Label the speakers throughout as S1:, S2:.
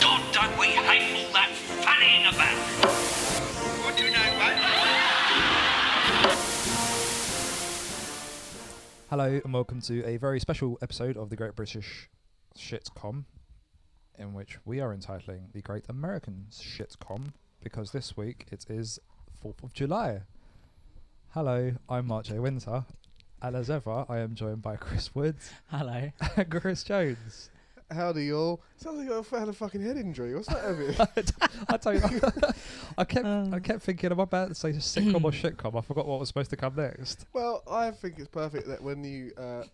S1: God, don't we hate all that fanning about? What do you know, mate?
S2: Hello and welcome to a very special episode of the Great British Shitcom, in which we are entitling the Great American Shitcom because this week it is Fourth of July. Hello, I'm March A. Winter, and as ever, I am joined by Chris Woods
S3: Hello.
S2: and Chris Jones.
S4: Howdy, y'all. Sounds like I've had a fucking head injury. What's that over
S2: I d- I don't. I kept. I kept thinking, am I about to say sitcom or shitcom? I forgot what was supposed to come next.
S4: Well, I think it's perfect that when you uh,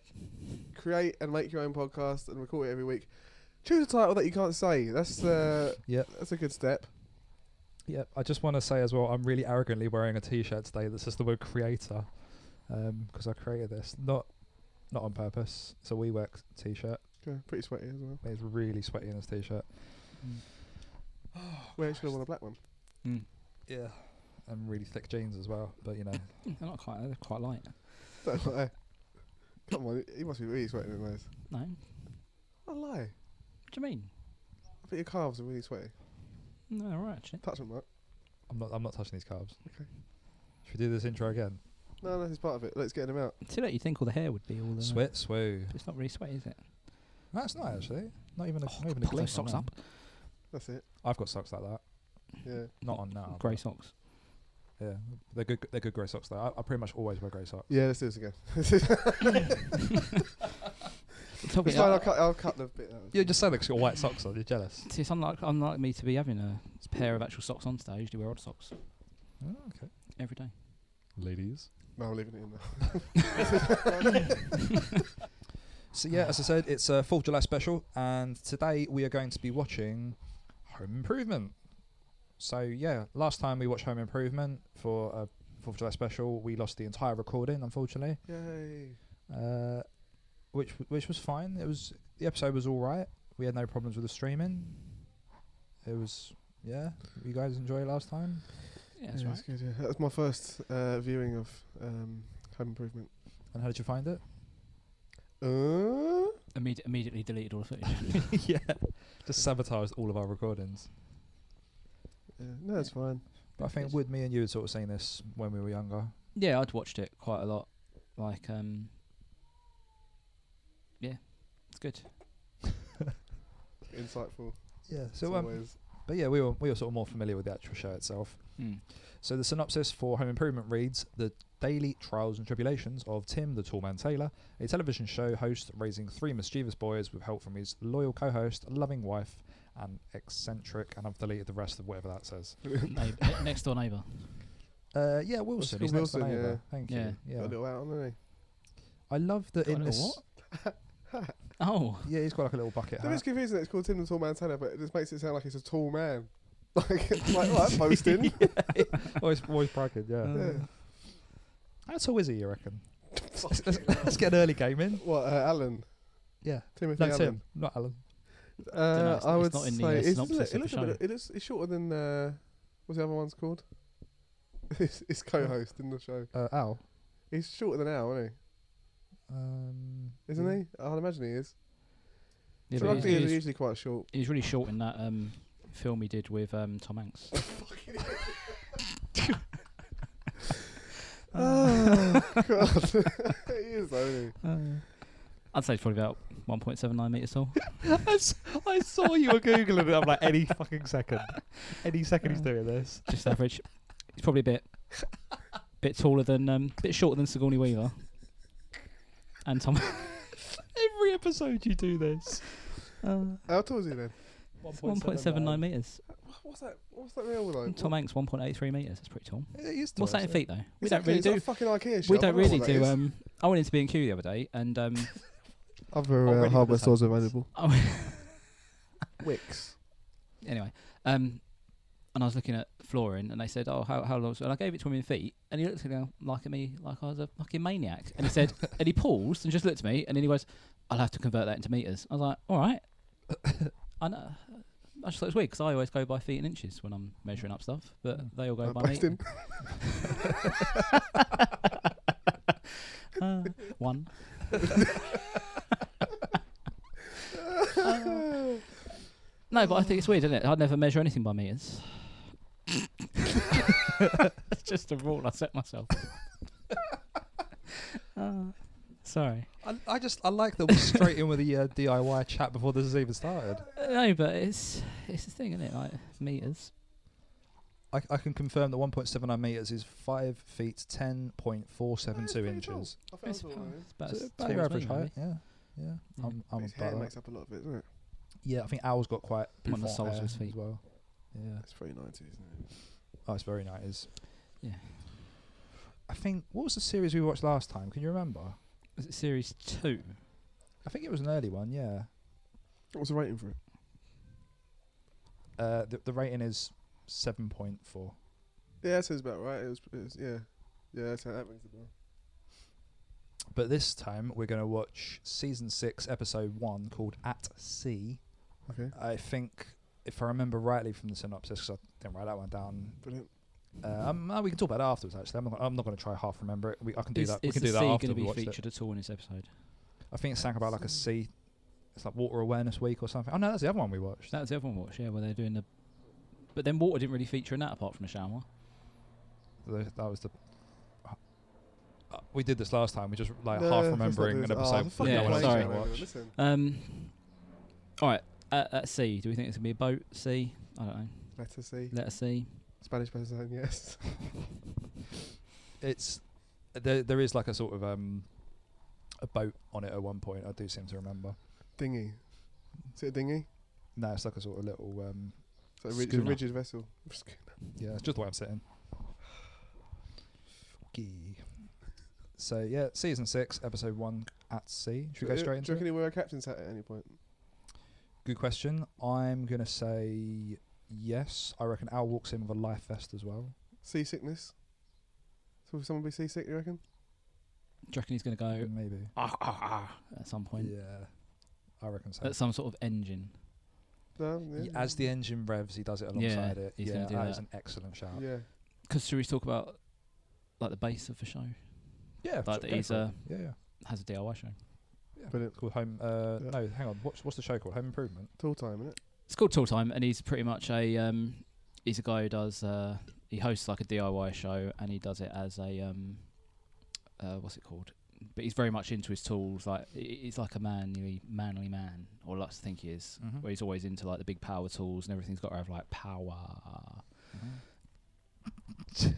S4: create and make your own podcast and record it every week, choose a title that you can't say. That's uh,
S2: Yep.
S4: that's a good step.
S2: Yeah, I just want to say as well, I'm really arrogantly wearing a T-shirt today that says the word creator, because I created this not not on purpose. It's a WeWork T-shirt.
S4: Yeah, pretty sweaty as well.
S2: It's really sweaty in this T-shirt.
S4: Where should I want a black one?
S3: Mm.
S2: Yeah, and really thick jeans as well. But you know,
S3: They're not quite. They're quite light.
S4: Don't lie. Come on, he must be really sweating in those.
S3: No. What
S4: I lie. I
S3: do you mean?
S4: bet your calves are really sweaty.
S3: No, they're all right. Actually.
S4: Touch them, Mark.
S2: I'm not I'm not touching these carbs.
S4: Okay.
S2: Should we do this intro again?
S4: No, no, it's part of it. Let's get them out.
S3: See that you think all the hair would be all the
S2: Sweat, swoo.
S3: It's not really sweat, is it?
S2: That's not actually. Not even a, not even a
S3: Pull
S2: glint on
S3: those Oh, socks
S2: mine.
S3: up.
S4: That's it.
S2: I've got socks like that.
S4: Yeah.
S2: Not on now.
S3: Oh, Grey socks.
S2: but Yeah, they're good. They're good grey socks though. I, I pretty much always wear grey socks.
S4: Yeah, let's do this again. it's
S3: Topic-
S4: fine, I'll cut, I'll cut the bit out.
S2: You just say like you've got white socks on. You're jealous.
S3: See, it's unlike, unlike me to be having a pair of actual socks on today. I usually wear odd socks
S2: Oh, okay.
S3: every day.
S2: Ladies.
S4: No, I'm leaving it in there.
S2: So yeah, as I said, it's a Fourth of July special, and today we are going to be watching Home Improvement. So yeah, last time we watched Home Improvement for a Fourth of July special, we lost the entire recording, unfortunately,
S4: Yay.
S2: uh, which w- which was fine. It was the episode was all right. We had no problems with the streaming. It was yeah. You guys enjoy it last time?
S3: Yeah, that's
S4: Yeah,
S3: right.
S4: good, yeah. That was my first uh, viewing of um, Home Improvement.
S2: And how did you find it?
S4: Uh,
S3: Immedi- immediately deleted all the footage.
S2: yeah, just sabotaged all of our recordings.
S4: yeah, no, it's fine.
S2: But I think
S3: Yes.
S2: would me and you had sort of seen this when we were younger.
S3: yeah, I'd watched it quite a lot. Like, um, yeah, it's good.
S4: Insightful.
S2: Yeah.
S4: So
S2: So um, But yeah, we were we were sort of more familiar with the actual show itself.
S3: Mm.
S2: So the synopsis for Home Improvement reads: The daily trials and tribulations of Tim, the tall man Taylor, a television show host raising three mischievous boys with help from his loyal co-host, loving wife, and eccentric. And I've deleted the rest of whatever that says.
S3: Neigh- ne- next door neighbour.
S2: Uh, yeah, Wilson.
S4: cool,
S2: He's next door
S4: Wilson,
S2: neighbour. Thank
S3: Yeah.
S2: you.
S4: got a
S2: Yeah.
S4: little out on there.
S2: I love that
S3: Got a
S2: in
S3: little
S2: this.
S3: what? Oh,
S2: Yeah, he's got like a little bucket
S4: That is
S2: hat.
S4: confusing. that It's called Tim the Tall Man Taylor, but it just makes it sound like he's a tall man. like, it's like well, that's boasting.
S2: Always, always bragging. Yeah.
S3: Uh.
S4: Yeah.
S2: How tall is he? You reckon? let's, let's get an early game in.
S4: What, uh, Alan?
S2: Yeah. No,
S4: Timothy Allen.
S2: Tim, not Alan.
S3: Dunno,
S4: Uh,
S3: it's
S4: I
S3: not-
S4: would
S3: it's not in the, uh,
S4: say it's,
S3: synopsis of
S4: it, looks
S3: the
S4: a
S3: show.
S4: bit, it looks, it's shorter than uh, what's the other one's called? his, his co-host in the show.
S2: Uh, Al.
S4: He's shorter than Al, isn't
S2: Um,
S4: he? Isn't he? I'd imagine he is.
S3: Hmm. Yeah,
S4: so
S3: but
S4: rugby
S3: he's,
S4: is
S3: he's,
S4: usually quite short.
S3: he's really short in that um, film he did with um, Tom Hanks.
S4: Oh God, he is only.
S3: uh, I'd say it's probably about 1.79 metres tall.
S2: I, s- I saw you were googling it. I'm like, any fucking second, any second he's doing this.
S3: Just average. He's probably a bit bit taller than, um, bit shorter than Sigourney Weaver. And Tom.
S2: Every episode you do this. Um,
S4: How tall is he then?
S3: It's 1.79 metres.
S4: What's that? What's that real like?
S3: Tom Hanks, 1.83 metres. That's pretty tall. What's
S2: What's
S3: that in feet, though? We
S4: Exactly,
S3: don't
S4: it's
S3: really
S4: like
S3: do.
S4: a fucking IKEA shop.
S3: We
S4: I
S3: don't
S4: know
S3: really
S4: what that
S3: do.
S4: is.
S3: Um, I went into B&Q the other day and um,
S4: Other
S2: Already
S4: uh,
S2: with
S4: hardware
S2: the
S4: stores available.
S3: I went-
S4: Wicks.
S3: anyway, um, and I was looking at flooring, and they said, "Oh, how how long?" And I gave it to him in feet, and he looked at me like at me like I was a fucking maniac, and he said, and he paused and just looked at me, and then he goes, "I'll have to convert that into meters." I was like, "All right." I know. I just thought it was weird because I always go by feet and inches when I'm measuring up stuff, but they all go
S4: Uh,
S3: by meters.
S4: Boston.
S3: one. Uh, no, but I think it's weird, isn't it? I'd never measure anything by meters. it's just a rule I set myself.
S2: Ah.
S3: Uh, sorry.
S2: I, I just I like that we're straight in with the uh, DIY chat before this has even started.
S3: Uh, No, but it's it's the thing, isn't it? Like meters.
S2: I, I can confirm that 1.79 meters is five feet 10.472 inches.
S4: I think
S3: It's
S4: that's all
S3: about,
S4: right.
S3: it's about
S2: So
S3: as
S2: about
S3: tall
S2: your
S3: as me,
S2: average height.
S3: really.
S2: Yeah, yeah.
S3: Yeah.
S2: I'm, I'm
S4: His hair
S2: about that.
S4: makes up a lot of it, doesn't it?
S2: Yeah, I think Owl's got quite
S3: On the
S2: flat
S3: soles of
S2: hair
S3: his feet.
S2: as well. Yeah.
S4: It's pretty 90s, isn't it?
S2: Oh, it's very nice.
S3: Yeah.
S2: I think what was the series we watched last time? Can you remember?
S3: Is it series two?
S2: I think it was an early one. Yeah.
S4: What was the rating for it?
S2: Uh, the, the rating is seven point four.
S4: Yeah, that sounds about right. It was, it was yeah. Yeah, that's how that rings the bell.
S2: But this time we're going to watch season six, episode one, called At Sea.
S4: Okay.
S2: I think, if I remember rightly from the synopsis, 'cause I didn't write that one down.
S4: Brilliant.
S2: Uh, um, uh, we can talk about it afterwards. Actually, I'm not. I'm not going to try half remember it. We, I can do
S3: is
S2: that.
S3: is
S2: we can do
S3: the
S2: that
S3: sea
S2: after
S3: gonna
S2: we
S3: be
S2: watch it.
S3: featured at all in this episode?
S2: I think it's something about like a sea. It's like Water Awareness Week or something. Oh no, that's the other one we watched.
S3: That was the other one we watched, yeah, where they're doing the. But then water didn't really feature in that apart from the shower.
S2: The- that was the. Uh, we did this last time. We just like
S4: No,
S2: half
S4: let's not
S2: remembering
S4: do
S2: an
S4: this. Oh,
S2: episode.
S4: the
S2: that
S3: Yeah,
S2: no one
S3: sorry.
S2: else is gonna watch.
S4: Listen,
S3: Um, all right, at, at sea, do we think it's gonna be a boat? Sea, I don't know.
S4: letter C.
S3: Let us see.
S4: Spanish person, yes.
S2: It's there. There is like a sort of um, a boat on it at one point. I do seem to remember.
S4: Dinghy. Is it a dinghy?
S2: No, it's like a sort of little um,
S4: It's like a rigid, it's a
S3: Schooner.
S4: rigid vessel.
S2: Yeah, it's just the way I'm sitting. Okay. So yeah, season six, episode one at sea. Should we go straight
S4: Uh, Do
S2: into
S4: you
S2: it?
S4: reckon he wear a captain's hat at any point?
S2: Good question. I'm gonna say yes. I reckon Al walks in with a life vest as well.
S4: Seasickness? So will someone be seasick, you reckon?
S3: Do you reckon he's gonna go
S2: Maybe.
S3: ah, ah, ah, at some point?
S2: Yeah. I reckon so.
S3: At some sort of engine.
S4: No? Yeah.
S2: Y- As the engine revs, he does it
S3: Yeah,
S2: alongside it.
S3: he's
S2: yeah,
S3: gonna do
S2: is
S3: that.
S2: an excellent shout. Yeah,
S4: Yeah.
S3: Because should we talk about like the base of the show?
S2: sure,
S3: that
S2: go
S3: he's,
S2: for it.
S3: uh,
S2: yeah, yeah.
S3: Has a DIY show.
S2: yeah.
S4: Brilliant.
S2: It's called Home. Uh,
S4: Yeah.
S2: No, hang on. What's what's the show called? Home Improvement.
S4: Tall time, innit?
S3: It's called Tool Time, and he's pretty much a um, he's a guy who does uh, he hosts like a DIY show, and he does it as a um, uh, what's it called? But he's very much into his tools. Like he- he's like a manly, manly man, or like I think he is.
S2: Mhm.
S3: Where he's always into like the big power tools, and everything's got to have like power.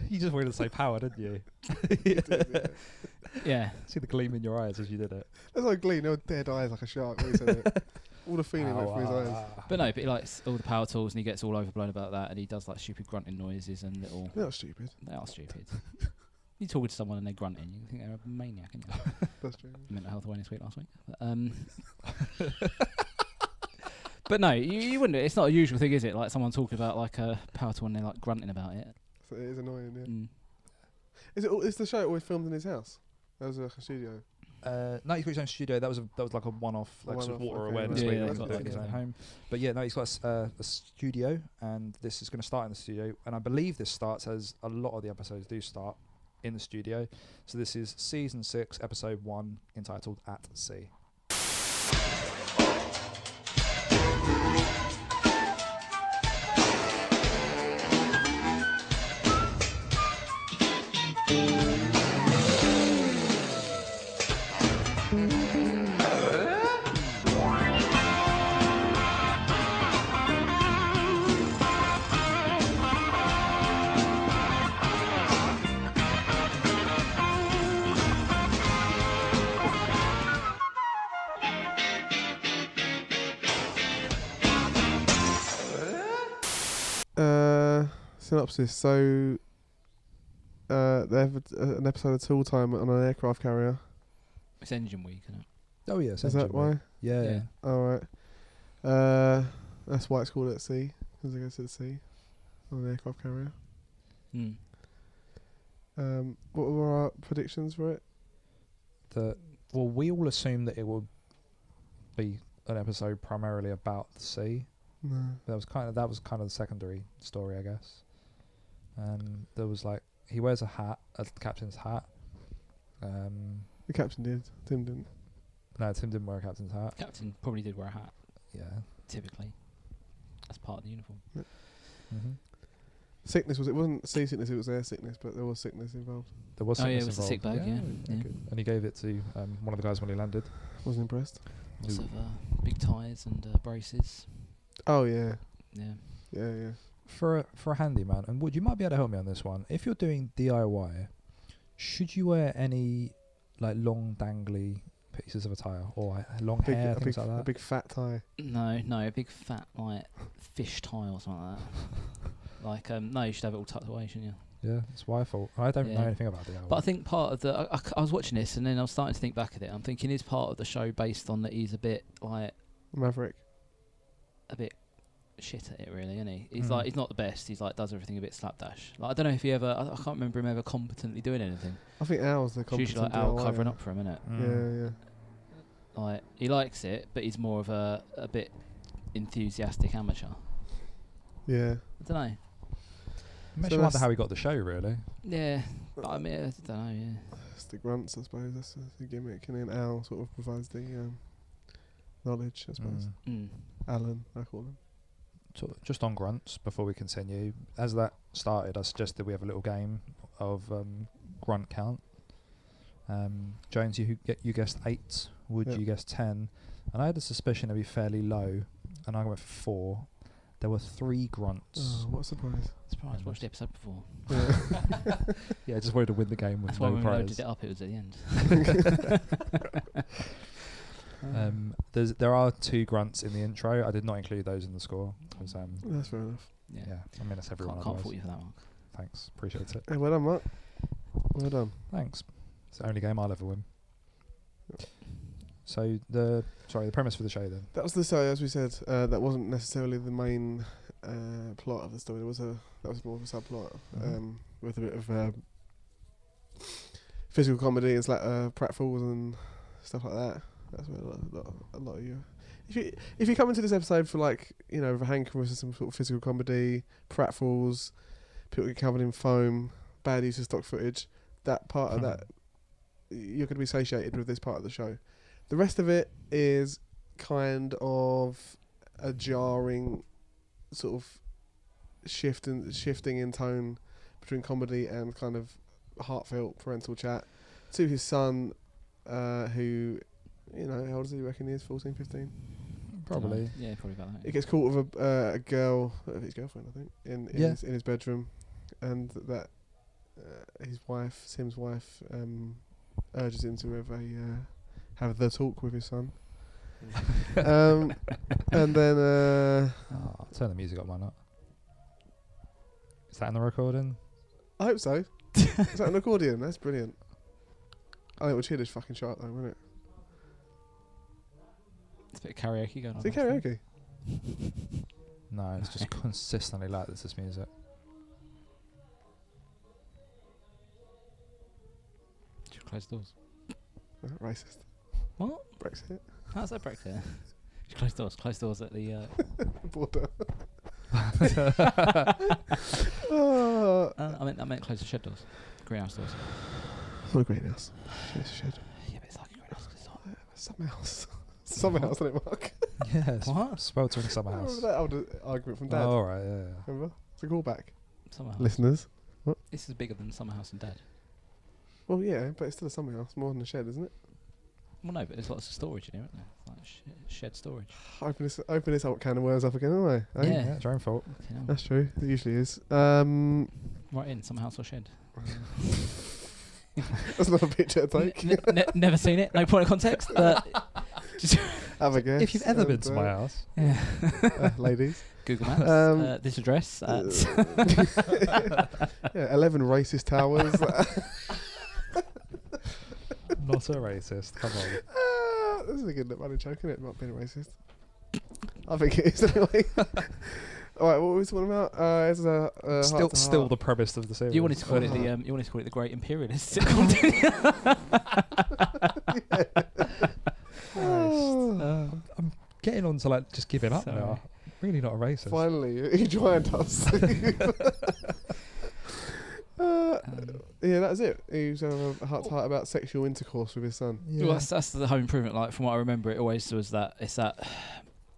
S2: you just wanted to say power, didn't you?
S3: yeah,
S2: See the gleam in your eyes as you did it.
S4: That's like Glee, no dead eyes like a shark. when he said it. All the feeling went from his eyes.
S3: but no, but he likes all the power tools, and he gets all overblown about that, and he does like stupid grunting noises and little.
S4: They're not stupid.
S3: They are stupid. you talking to someone and they're grunting, you think they're a maniac, aren't you?
S4: That's true.
S3: mental health awareness week last week. But, um, but no, you, you wouldn't. It's not a usual thing, is it? Like someone talking about like a power tool and they're like grunting about it.
S4: So it is annoying, yeah.
S3: Mm.
S4: Is, it, all- is the show always filmed in his house? That was like a studio.
S2: Uh, no, he's got his own studio. That was a, that was like a one-off,
S4: A
S2: like sort of
S4: one-off,
S2: water
S4: okay,
S2: awareness.
S3: right.
S2: week,
S3: Yeah,
S2: like,
S3: yeah,
S2: like his
S3: yeah.
S2: own home. But yeah, no, he's got a s- uh, a studio, and this is going to start in the studio. And I believe this starts as a lot of the episodes do start in the studio. So this is season six, episode one, entitled "At Sea."
S4: Uh, synopsis. So, uh, they have a, an episode of Tool Time on an aircraft carrier.
S3: It's engine week, isn't it?
S2: Oh yeah,
S4: Is that why?
S2: Yeah,
S3: Yeah.
S2: yeah.
S4: All right. Uh, that's why it's called at sea. Because it goes to the sea on an aircraft carrier.
S3: Mm.
S4: Um, what were our predictions for it?
S2: The, well, we all assume that it will be an episode primarily about the sea.
S4: No.
S2: That was kind of that was kind of the secondary story, I guess. Um, there was like he wears a hat, a captain's hat. Um,
S4: The captain did. Tim didn't.
S2: No, Tim didn't wear a captain's hat.
S3: Captain probably did wear a hat,
S2: Yeah.
S3: typically. That's part of the uniform.
S2: hmm
S3: Oh,
S4: Sickness was it wasn't sea sickness, it was air sickness, but there was sickness involved.
S2: There was
S3: Oh, yeah,
S2: sickness
S3: it was a
S2: involved.
S3: sick bag, yeah, yeah.
S2: good. And he gave it to um, one of the guys when he landed.
S4: Wasn't impressed.
S3: Lots
S2: Ooh.
S3: of uh, big ties and uh, braces.
S4: Oh yeah,
S3: Yeah.
S4: yeah, yeah.
S2: for a, for a handyman, and Wood, you might be able to help me on this one. If you're doing DIY, should you wear any like long dangly pieces of attire or like, long
S4: Big,
S2: hair
S4: a, big,
S2: things like
S4: a
S2: that?
S4: big fat tie.
S3: No, no, a big fat like fish tie or something like that. like um, no, you should have it all tucked away, shouldn't you?
S2: yeah, it's my fault. I don't know
S3: Yeah.
S2: anything about DIY.
S3: But I think part of the I, I c- I was watching this and then I was starting to think back at it. I'm thinking is part of the show based on that he's a bit like
S4: Maverick.
S3: a bit shit at it really, isn't he? He's
S2: Mm.
S3: like he's not the best. He's like does everything a bit slapdash. Like I don't know if he ever I, I can't remember him ever competently doing anything.
S4: I think Al's the
S3: It's usually
S4: competent
S3: like Al
S4: DIYer.
S3: covering up for him, innit?
S4: Yeah,
S2: Mm.
S4: yeah.
S3: Like he likes it, but he's more of a a bit enthusiastic amateur. I
S4: Yeah.
S3: don't know.
S2: Makes
S4: So
S2: you wonder
S4: that's-
S2: how he got the show, really.
S3: Yeah, but I mean I don't know. Yeah.
S4: It's the grunts, I suppose. That's the, the gimmick, and then Al sort of provides the um, knowledge, I suppose.
S2: Mm.
S3: Mm.
S4: Alan, I call him.
S2: So just on grunts before we continue, as that started, I suggested we have a little game of um, grunt count. Um, Jones, you hu- you guessed eight. Would
S4: Yeah.
S2: you guess ten? And I had a suspicion it'd be fairly low, and I went for four. There were three grunts.
S4: Oh, what a surprise!
S3: Surprised.
S2: Fair
S3: Watched the episode before.
S4: Yeah.
S2: Yeah, I just wanted to win the game with
S3: That's why
S2: no
S3: when we
S2: prize.
S3: loaded it up, it was at the end.
S2: Um, there's there are two grunts in the intro. I did not include those in the score 'cause, um,
S4: That's fair enough.
S3: Yeah.
S2: yeah. I mean that's everyone.
S3: Can't, can't
S2: otherwise.
S3: fault you for that one.
S2: Thanks, appreciate it.
S4: Hey, well done, Mark. Well done.
S2: Thanks. It's the only game I'll ever win. So the sorry, the premise for the show then.
S4: That was the story, as we said. Uh, that wasn't necessarily the main uh, plot of the story. There was a that was more of a subplot
S2: Mhm.
S4: um, with a bit of uh, physical comedy and like uh, pratfalls and stuff like that. That's where a lot, a lot, a lot of you. If you if you come into this episode for like you know a hankering for some sort of physical comedy, pratfalls, people get covered in foam, bad use of stock footage, that part of that you're going to be satiated with this part of the show. The rest of it is kind of a jarring sort of shift and shifting in tone between comedy and kind of heartfelt parental chat to his son, uh, who, you know, how old is he? You reckon he is 14, 15?
S3: Dunno.
S2: Probably.
S3: Yeah, probably about
S4: He
S3: that.
S4: gets caught with a, uh, a girl, uh, his girlfriend, I think, in, in,
S2: Yeah.
S4: his, in his bedroom, and that uh, his wife, Sim's wife, um, urges him to have a uh, have the talk with his son. um, and then uh,
S2: Oh, turn the music up, why not? Is that in the recording?
S4: I hope so. Is that an accordion? That's brilliant. Oh, it would cheer this fucking shark though, wouldn't it?
S3: It's a bit of karaoke going on.
S4: Is it karaoke?
S2: No, it's just consistently like this. This music.
S3: Should close the doors.
S4: Oh, racist.
S3: What?
S4: Brexit.
S3: How's that Brexit? Should close doors. Close doors at the. Uh,
S4: Border. Ah,
S3: uh, I meant I meant close the shed doors. Greenhouse doors.
S4: What a great house. Cheers, shed.
S3: Yeah, but it's like a greenhouse. 'cause It's not.
S4: Some house. Some house, isn't it, Mark?
S2: yes. Oh,
S3: What?
S2: Sweltering summer
S4: I remember
S2: house.
S4: that old uh, argument from Dad.
S2: Oh, all right. Yeah. yeah.
S4: Remember? It's a callback.
S3: Summer house.
S4: Listeners.
S3: This is bigger than summer house and dad.
S4: Well, yeah, but it's still a summer house, more than a shed, isn't it?
S3: Well, no, but there's lots of storage in here, isn't there? Like sh- shed storage.
S4: Open this, open this old can of worms up again, aren't I? Eh?
S3: Yeah.
S2: Yeah. It's your own fault.
S3: Fucking hell.
S4: That's true. It usually is. Um,
S3: Right in summer house or shed.
S4: that's another picture to
S3: N-
S4: take.
S3: n- ne- never seen it. No point of context. But
S4: Have a guess.
S2: If you've ever
S4: And,
S2: been to my
S4: uh,
S2: house,
S3: yeah.
S4: uh, ladies.
S3: Google Maps.
S4: Um,
S3: uh, this address. At
S4: yeah, 11 racist towers.
S2: not a racist. Come on.
S4: Ah, this is a good running joke, isn't it? Not being racist. I think it is anyway. All right, what were we talking about? Uh, it's a, uh,
S2: still,
S4: heart to
S2: still
S4: heart.
S2: the premise of the series.
S3: You wanted to call it the
S4: Uh-huh.
S3: um, you wanted to call it the Great Imperialist sitcom. didn't you?
S2: Oh, Christ.
S4: Uh,
S2: I'm, I'm getting on to like just giving up
S3: Sorry.
S2: now. Really not a racist.
S4: Finally, he joined us. uh,
S3: Um,
S4: yeah, that that is it. He was having a heart to heart about sexual intercourse with his son.
S2: Yeah.
S3: Well, that's, that's the home improvement. Like from what I remember, it always was that it's that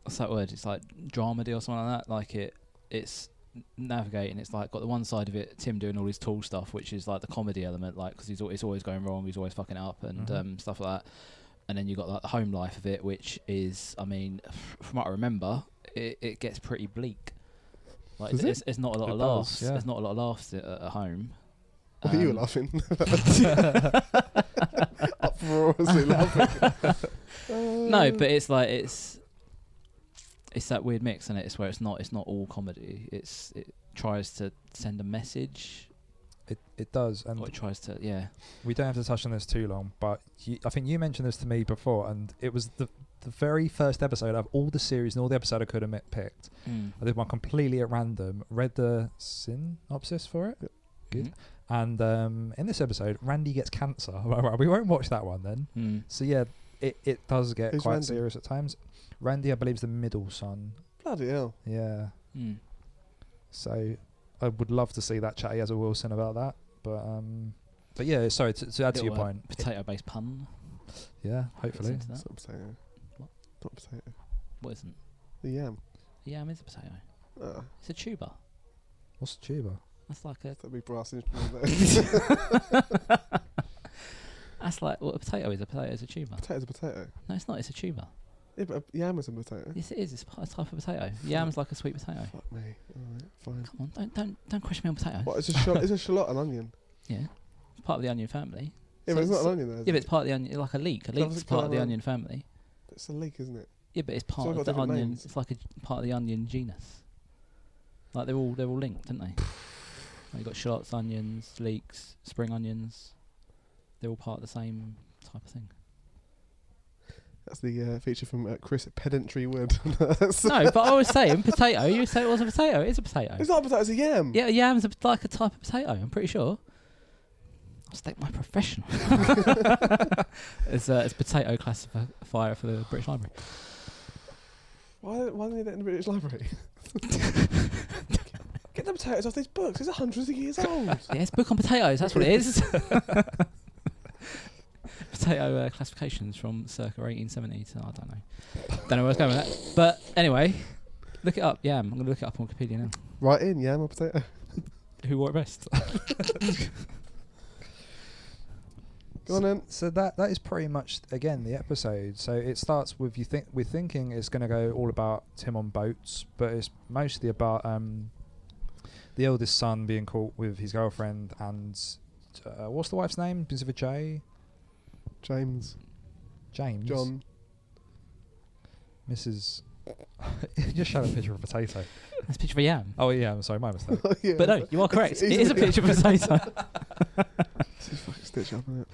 S3: what's that word? It's like dramedy or something like that. Like it, it's navigating. It's like got the one side of it, Tim doing all his tool stuff, which is like the comedy element, like because he's al- it's always going wrong, he's always fucking up and
S2: Mhm.
S3: um, stuff like that. And then you got like the home life of it, which is, I mean, from what I remember, it, it gets pretty bleak. Like
S4: Does
S3: it's, it's, it's not a lot
S2: It
S3: of
S2: does,
S3: laughs.
S2: yeah.
S3: It's not a lot of laughs at, at home.
S4: you were
S3: Um,
S4: laughing. Uproariously laughing.
S3: No, but it's like it's it's that weird mix, and it? it's where it's not it's not all comedy. It's it tries to send a message,
S2: It, it does, and
S3: or it tries to yeah.
S2: we don't have to touch on this too long. But you, I think you mentioned this to me before, and it was the the very first episode of all the series and all the episode I could have mi- picked. I did one completely at random. Read the synopsis for it, Good. and um, in this episode, Randy gets cancer. Right, right, we won't watch that one then.
S3: Mm.
S2: So yeah, it, it does get
S4: Who's
S2: quite
S4: Randy?
S2: serious at times. Randy, I believe, is the middle son.
S4: Bloody hell.
S2: Yeah.
S3: Mm.
S2: So I would love to see that chat he has with Wilson about that. But um, but yeah, sorry to, to add to
S3: Little,
S2: your
S3: uh,
S2: point.
S3: Potato-based pun.
S2: Yeah,
S3: gets
S2: hopefully.
S3: into that.
S4: Not potato.
S3: What?
S4: Not potato.
S3: What isn't?
S4: The yam.
S3: Yeah, I mean, it's a potato.
S4: Ah,
S3: It's a tuba.
S2: What's the tuba?
S3: That's like a
S4: that'd be brass instrument. there.
S3: that's like what a potato is. A potato is a tuba.
S4: Potato's a potato.
S3: No, it's not. It's a tuba.
S4: Yeah, but a yam is a potato.
S3: Yes, it is. It's a type of potato. Yam's like a sweet potato.
S4: Fuck me. Alright, fine.
S3: Come on, don't don't don't question me on potatoes.
S4: What, it's a, shal- it's a shallot an onion?
S3: Yeah, it's part of the onion family. So
S4: Yeah, but it's not
S3: it's-
S4: an onion, though. is
S3: Yeah, but
S4: it?
S3: it's part of the onion, like a leek. A
S4: Doesn't
S3: leek's
S4: it
S3: part of the
S4: colour-
S3: onion family.
S4: It's a leek, isn't it?
S3: Yeah, but it's part
S4: all
S3: of
S4: got
S3: the
S4: different
S3: onion.
S4: names.
S3: It's like a g- part of the onion genus. Like they're all they're all linked, aren't they? like you got shallots, onions, leeks, spring onions. They're all part of the same type of thing.
S4: That's the uh, feature from uh, Chris Pedantry Wood. That's-
S3: no, but I was saying potato. You say it was a potato. It is a potato.
S4: It's not a potato, it's a yam.
S3: Yeah, yam's a, p- like a type of potato. I'm pretty sure. I'll stick my profession. it's a it's potato classifier for the British Library.
S4: Why, why do they need that in the British Library? Get the potatoes off these books. These are hundreds of years old.
S3: Yes, book on potatoes. That's what it is. Potato uh, classifications from circa 1870 to I don't know. Don't know where I was going with that. But anyway, look it up. Yeah, I'm going to look it up on Wikipedia now.
S4: right in, yam or potato.
S3: Who wore it best?
S4: Go on then.
S2: So that that is pretty much again the episode. So it starts with you think we're thinking it's going to go all about Tim on boats, but it's mostly about um the eldest son being caught with his girlfriend and uh, what's the wife's name? Is it a J?
S4: James.
S2: James.
S4: John.
S2: Mrs. you just showed a picture of a potato.
S3: That's a picture of a yam.
S2: Oh yeah, I'm sorry, my mistake.
S4: yeah,
S3: But no, you are correct.
S4: It's
S3: It is a
S4: easily-
S3: picture of a potato.
S4: It's a fucking stitch up, isn't it?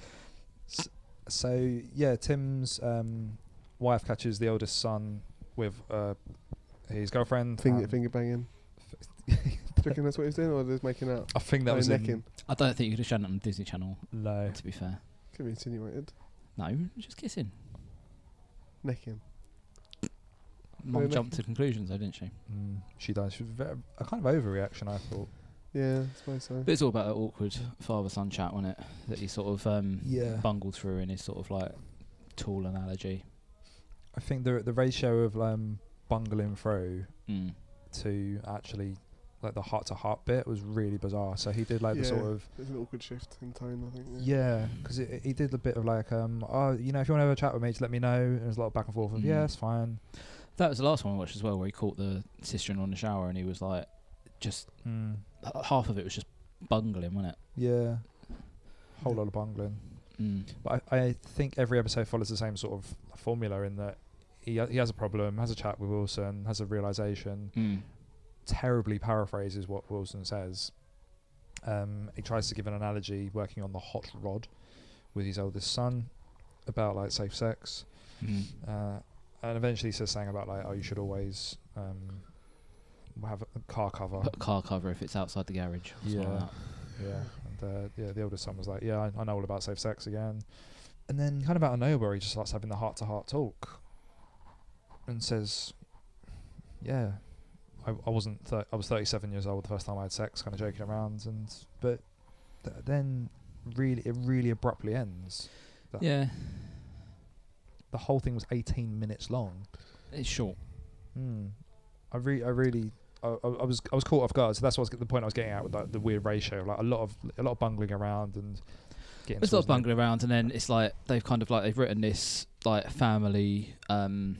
S2: so yeah, Tim's um, wife catches the oldest son with uh, his girlfriend.
S4: Finger,
S3: Um,
S2: and-
S4: finger banging. Do you reckon that's what he's doing, or they're just making out?
S2: I think that
S4: No,
S2: was
S3: um,
S2: in-
S4: necking.
S3: I don't think you could have shown it on Disney Channel,
S2: No.
S3: to be fair.
S4: Could be insinuated.
S3: No, just kissing.
S4: Necking.
S3: Mum
S4: Really?
S3: jumped to conclusions, though, didn't she?
S2: Mm, she does. She's very, a kind of overreaction, I thought.
S4: Yeah, I suppose so.
S3: But it's all about that awkward father son chat, wasn't it? That he sort of um,
S2: Yeah.
S3: bungled through in his sort of like tool analogy.
S2: I think the the ratio of um, bungling through
S3: Mm.
S2: to actually like the heart to heart bit was really bizarre. So he did like the sort
S4: Yeah.
S2: of
S4: There's an awkward shift in tone, I think.
S2: yeah, because he did a bit of like um oh you know if you want to have a chat with me just let me know. And there's a lot of back and forth of
S3: Mm.
S2: yeah it's fine.
S3: That was the last one I watched as well, where he caught the sister in law in the shower, and he was like, just
S2: Mm.
S3: h- half of it was just bungling, wasn't
S2: Yeah, whole lot of bungling.
S3: it? Mm.
S2: But I, I think every episode follows the same sort of formula in that he he has a problem, has a chat with Wilson, has a realization,
S3: Mm.
S2: terribly paraphrases what Wilson says. Um, he tries to give an analogy working on the hot rod with his oldest son about like safe sex,
S3: Mm.
S2: uh, and eventually says something about like, oh, you should always um, have a car cover.
S3: Put a car cover if it's outside the garage. Or something
S2: Yeah.
S3: like that.
S2: Yeah, and uh, yeah, the oldest son was like, yeah, I, I know all about safe sex again, and then kind of out of nowhere, he just starts having the heart-to-heart talk, and says, yeah, I, I wasn't, thir- I was 37 years old the first time I had sex, kind of joking around, and but th- then really it really abruptly ends. That-
S3: Yeah,
S2: The whole thing was 18 minutes long.
S3: it's short.
S2: Hmm. I re- I really I, I I was I was caught off guard. So that's what I was, get- the point I was getting at with like the weird ratio, like a lot of a lot of bungling around and getting.
S3: There's a lot
S2: towards
S3: of
S2: the end.
S3: bungling around, and then it's like they've kind of like they've written this like family um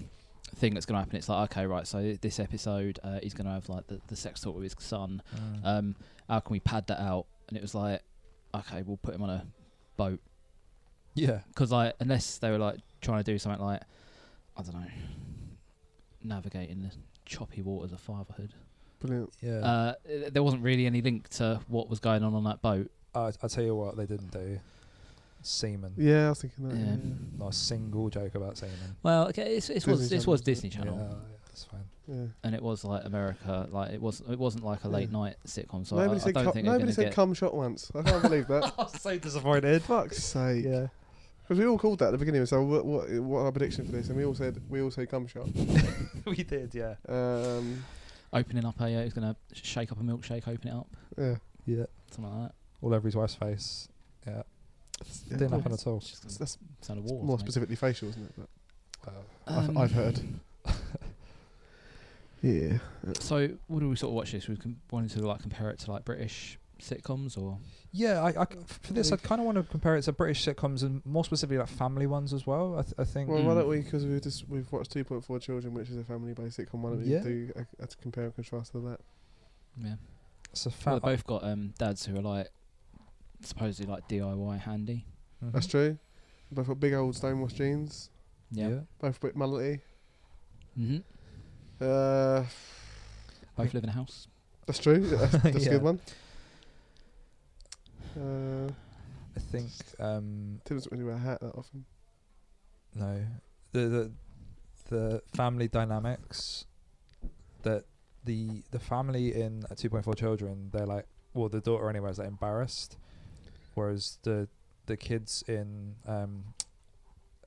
S3: thing that's going to happen. It's like okay, right, so this episode uh, he's going to have like the, the sex talk with his son.
S2: Mm.
S3: Um, how can we pad that out? And it was like, okay, we'll put him on a boat
S2: yeah.
S3: because like unless they were like trying to do something like I don't know, navigating the choppy waters of fatherhood.
S4: Brilliant.
S2: Yeah.
S3: Uh, th- there wasn't really any link to what was going on on that boat.
S2: I, I tell you what, they didn't do semen.
S4: Yeah, I was thinking that.
S3: Yeah.
S4: Yeah.
S2: Not a single joke about semen.
S3: Well, okay, it's, it
S4: Disney
S3: was this
S4: Channel,
S3: was
S4: isn't it?
S3: Disney Channel.
S2: Yeah, yeah, that's fine.
S4: yeah.
S3: and it was like America, like it wasn't it wasn't like a
S4: Yeah.
S3: late night sitcom. So I,
S4: nobody
S3: I
S4: said,
S3: don't
S4: cum,
S3: think they're
S4: nobody
S3: gonna
S4: said
S3: get.
S4: cum shot once. I can't believe that.
S2: I was so disappointed.
S4: Fuck's sake.
S2: Yeah.
S4: Because we all called that at the beginning. So what, what, what are our prediction for this? And we all said we all say cum shot.
S2: we did, yeah.
S4: Um,
S3: opening up a, uh, it's gonna sh- shake up a milkshake, open it up,
S4: yeah.
S2: Yeah.
S3: something like that.
S2: All over his wife's face. Yeah.
S4: yeah,
S2: Didn't
S4: cool.
S2: happen at all.
S3: It's just
S4: That's,
S3: gonna
S4: that's
S3: sound a war.
S4: more specifically facial, isn't it? But I've, I've heard.
S3: Um,
S4: yeah.
S3: So, what do we sort of watch this? We com- wanted to like compare it to like British sitcoms or
S2: Yeah, I, I c- for this, I kind of want to compare it to British sitcoms and more specifically like family ones as well. I, th- I think.
S4: Well, why
S3: Mm.
S4: don't we? Because we've just we've watched Two Point Four Children, which is a family-based sitcom. Why don't we
S2: Yeah.
S4: do a, a compare and contrast to
S3: Mm-hmm.
S4: that?
S3: yeah.
S2: it's a
S3: Well,
S2: fa-
S3: they've both got um dads who are like supposedly like DIY handy.
S2: Mhm.
S4: That's true. Both got big old stonewashed jeans.
S3: Yeah.
S4: Both a bit mullety.
S3: hmm
S4: Uh,
S3: Both live in a house.
S4: that's true. That's, that's
S2: Yeah.
S4: a good one. Uh,
S2: I think. Um,
S4: Tim doesn't really wear a hat that often.
S2: no, the the the family dynamics that the the family in uh, 2.4 children they're like well the daughter anyway is like embarrassed whereas the the kids in um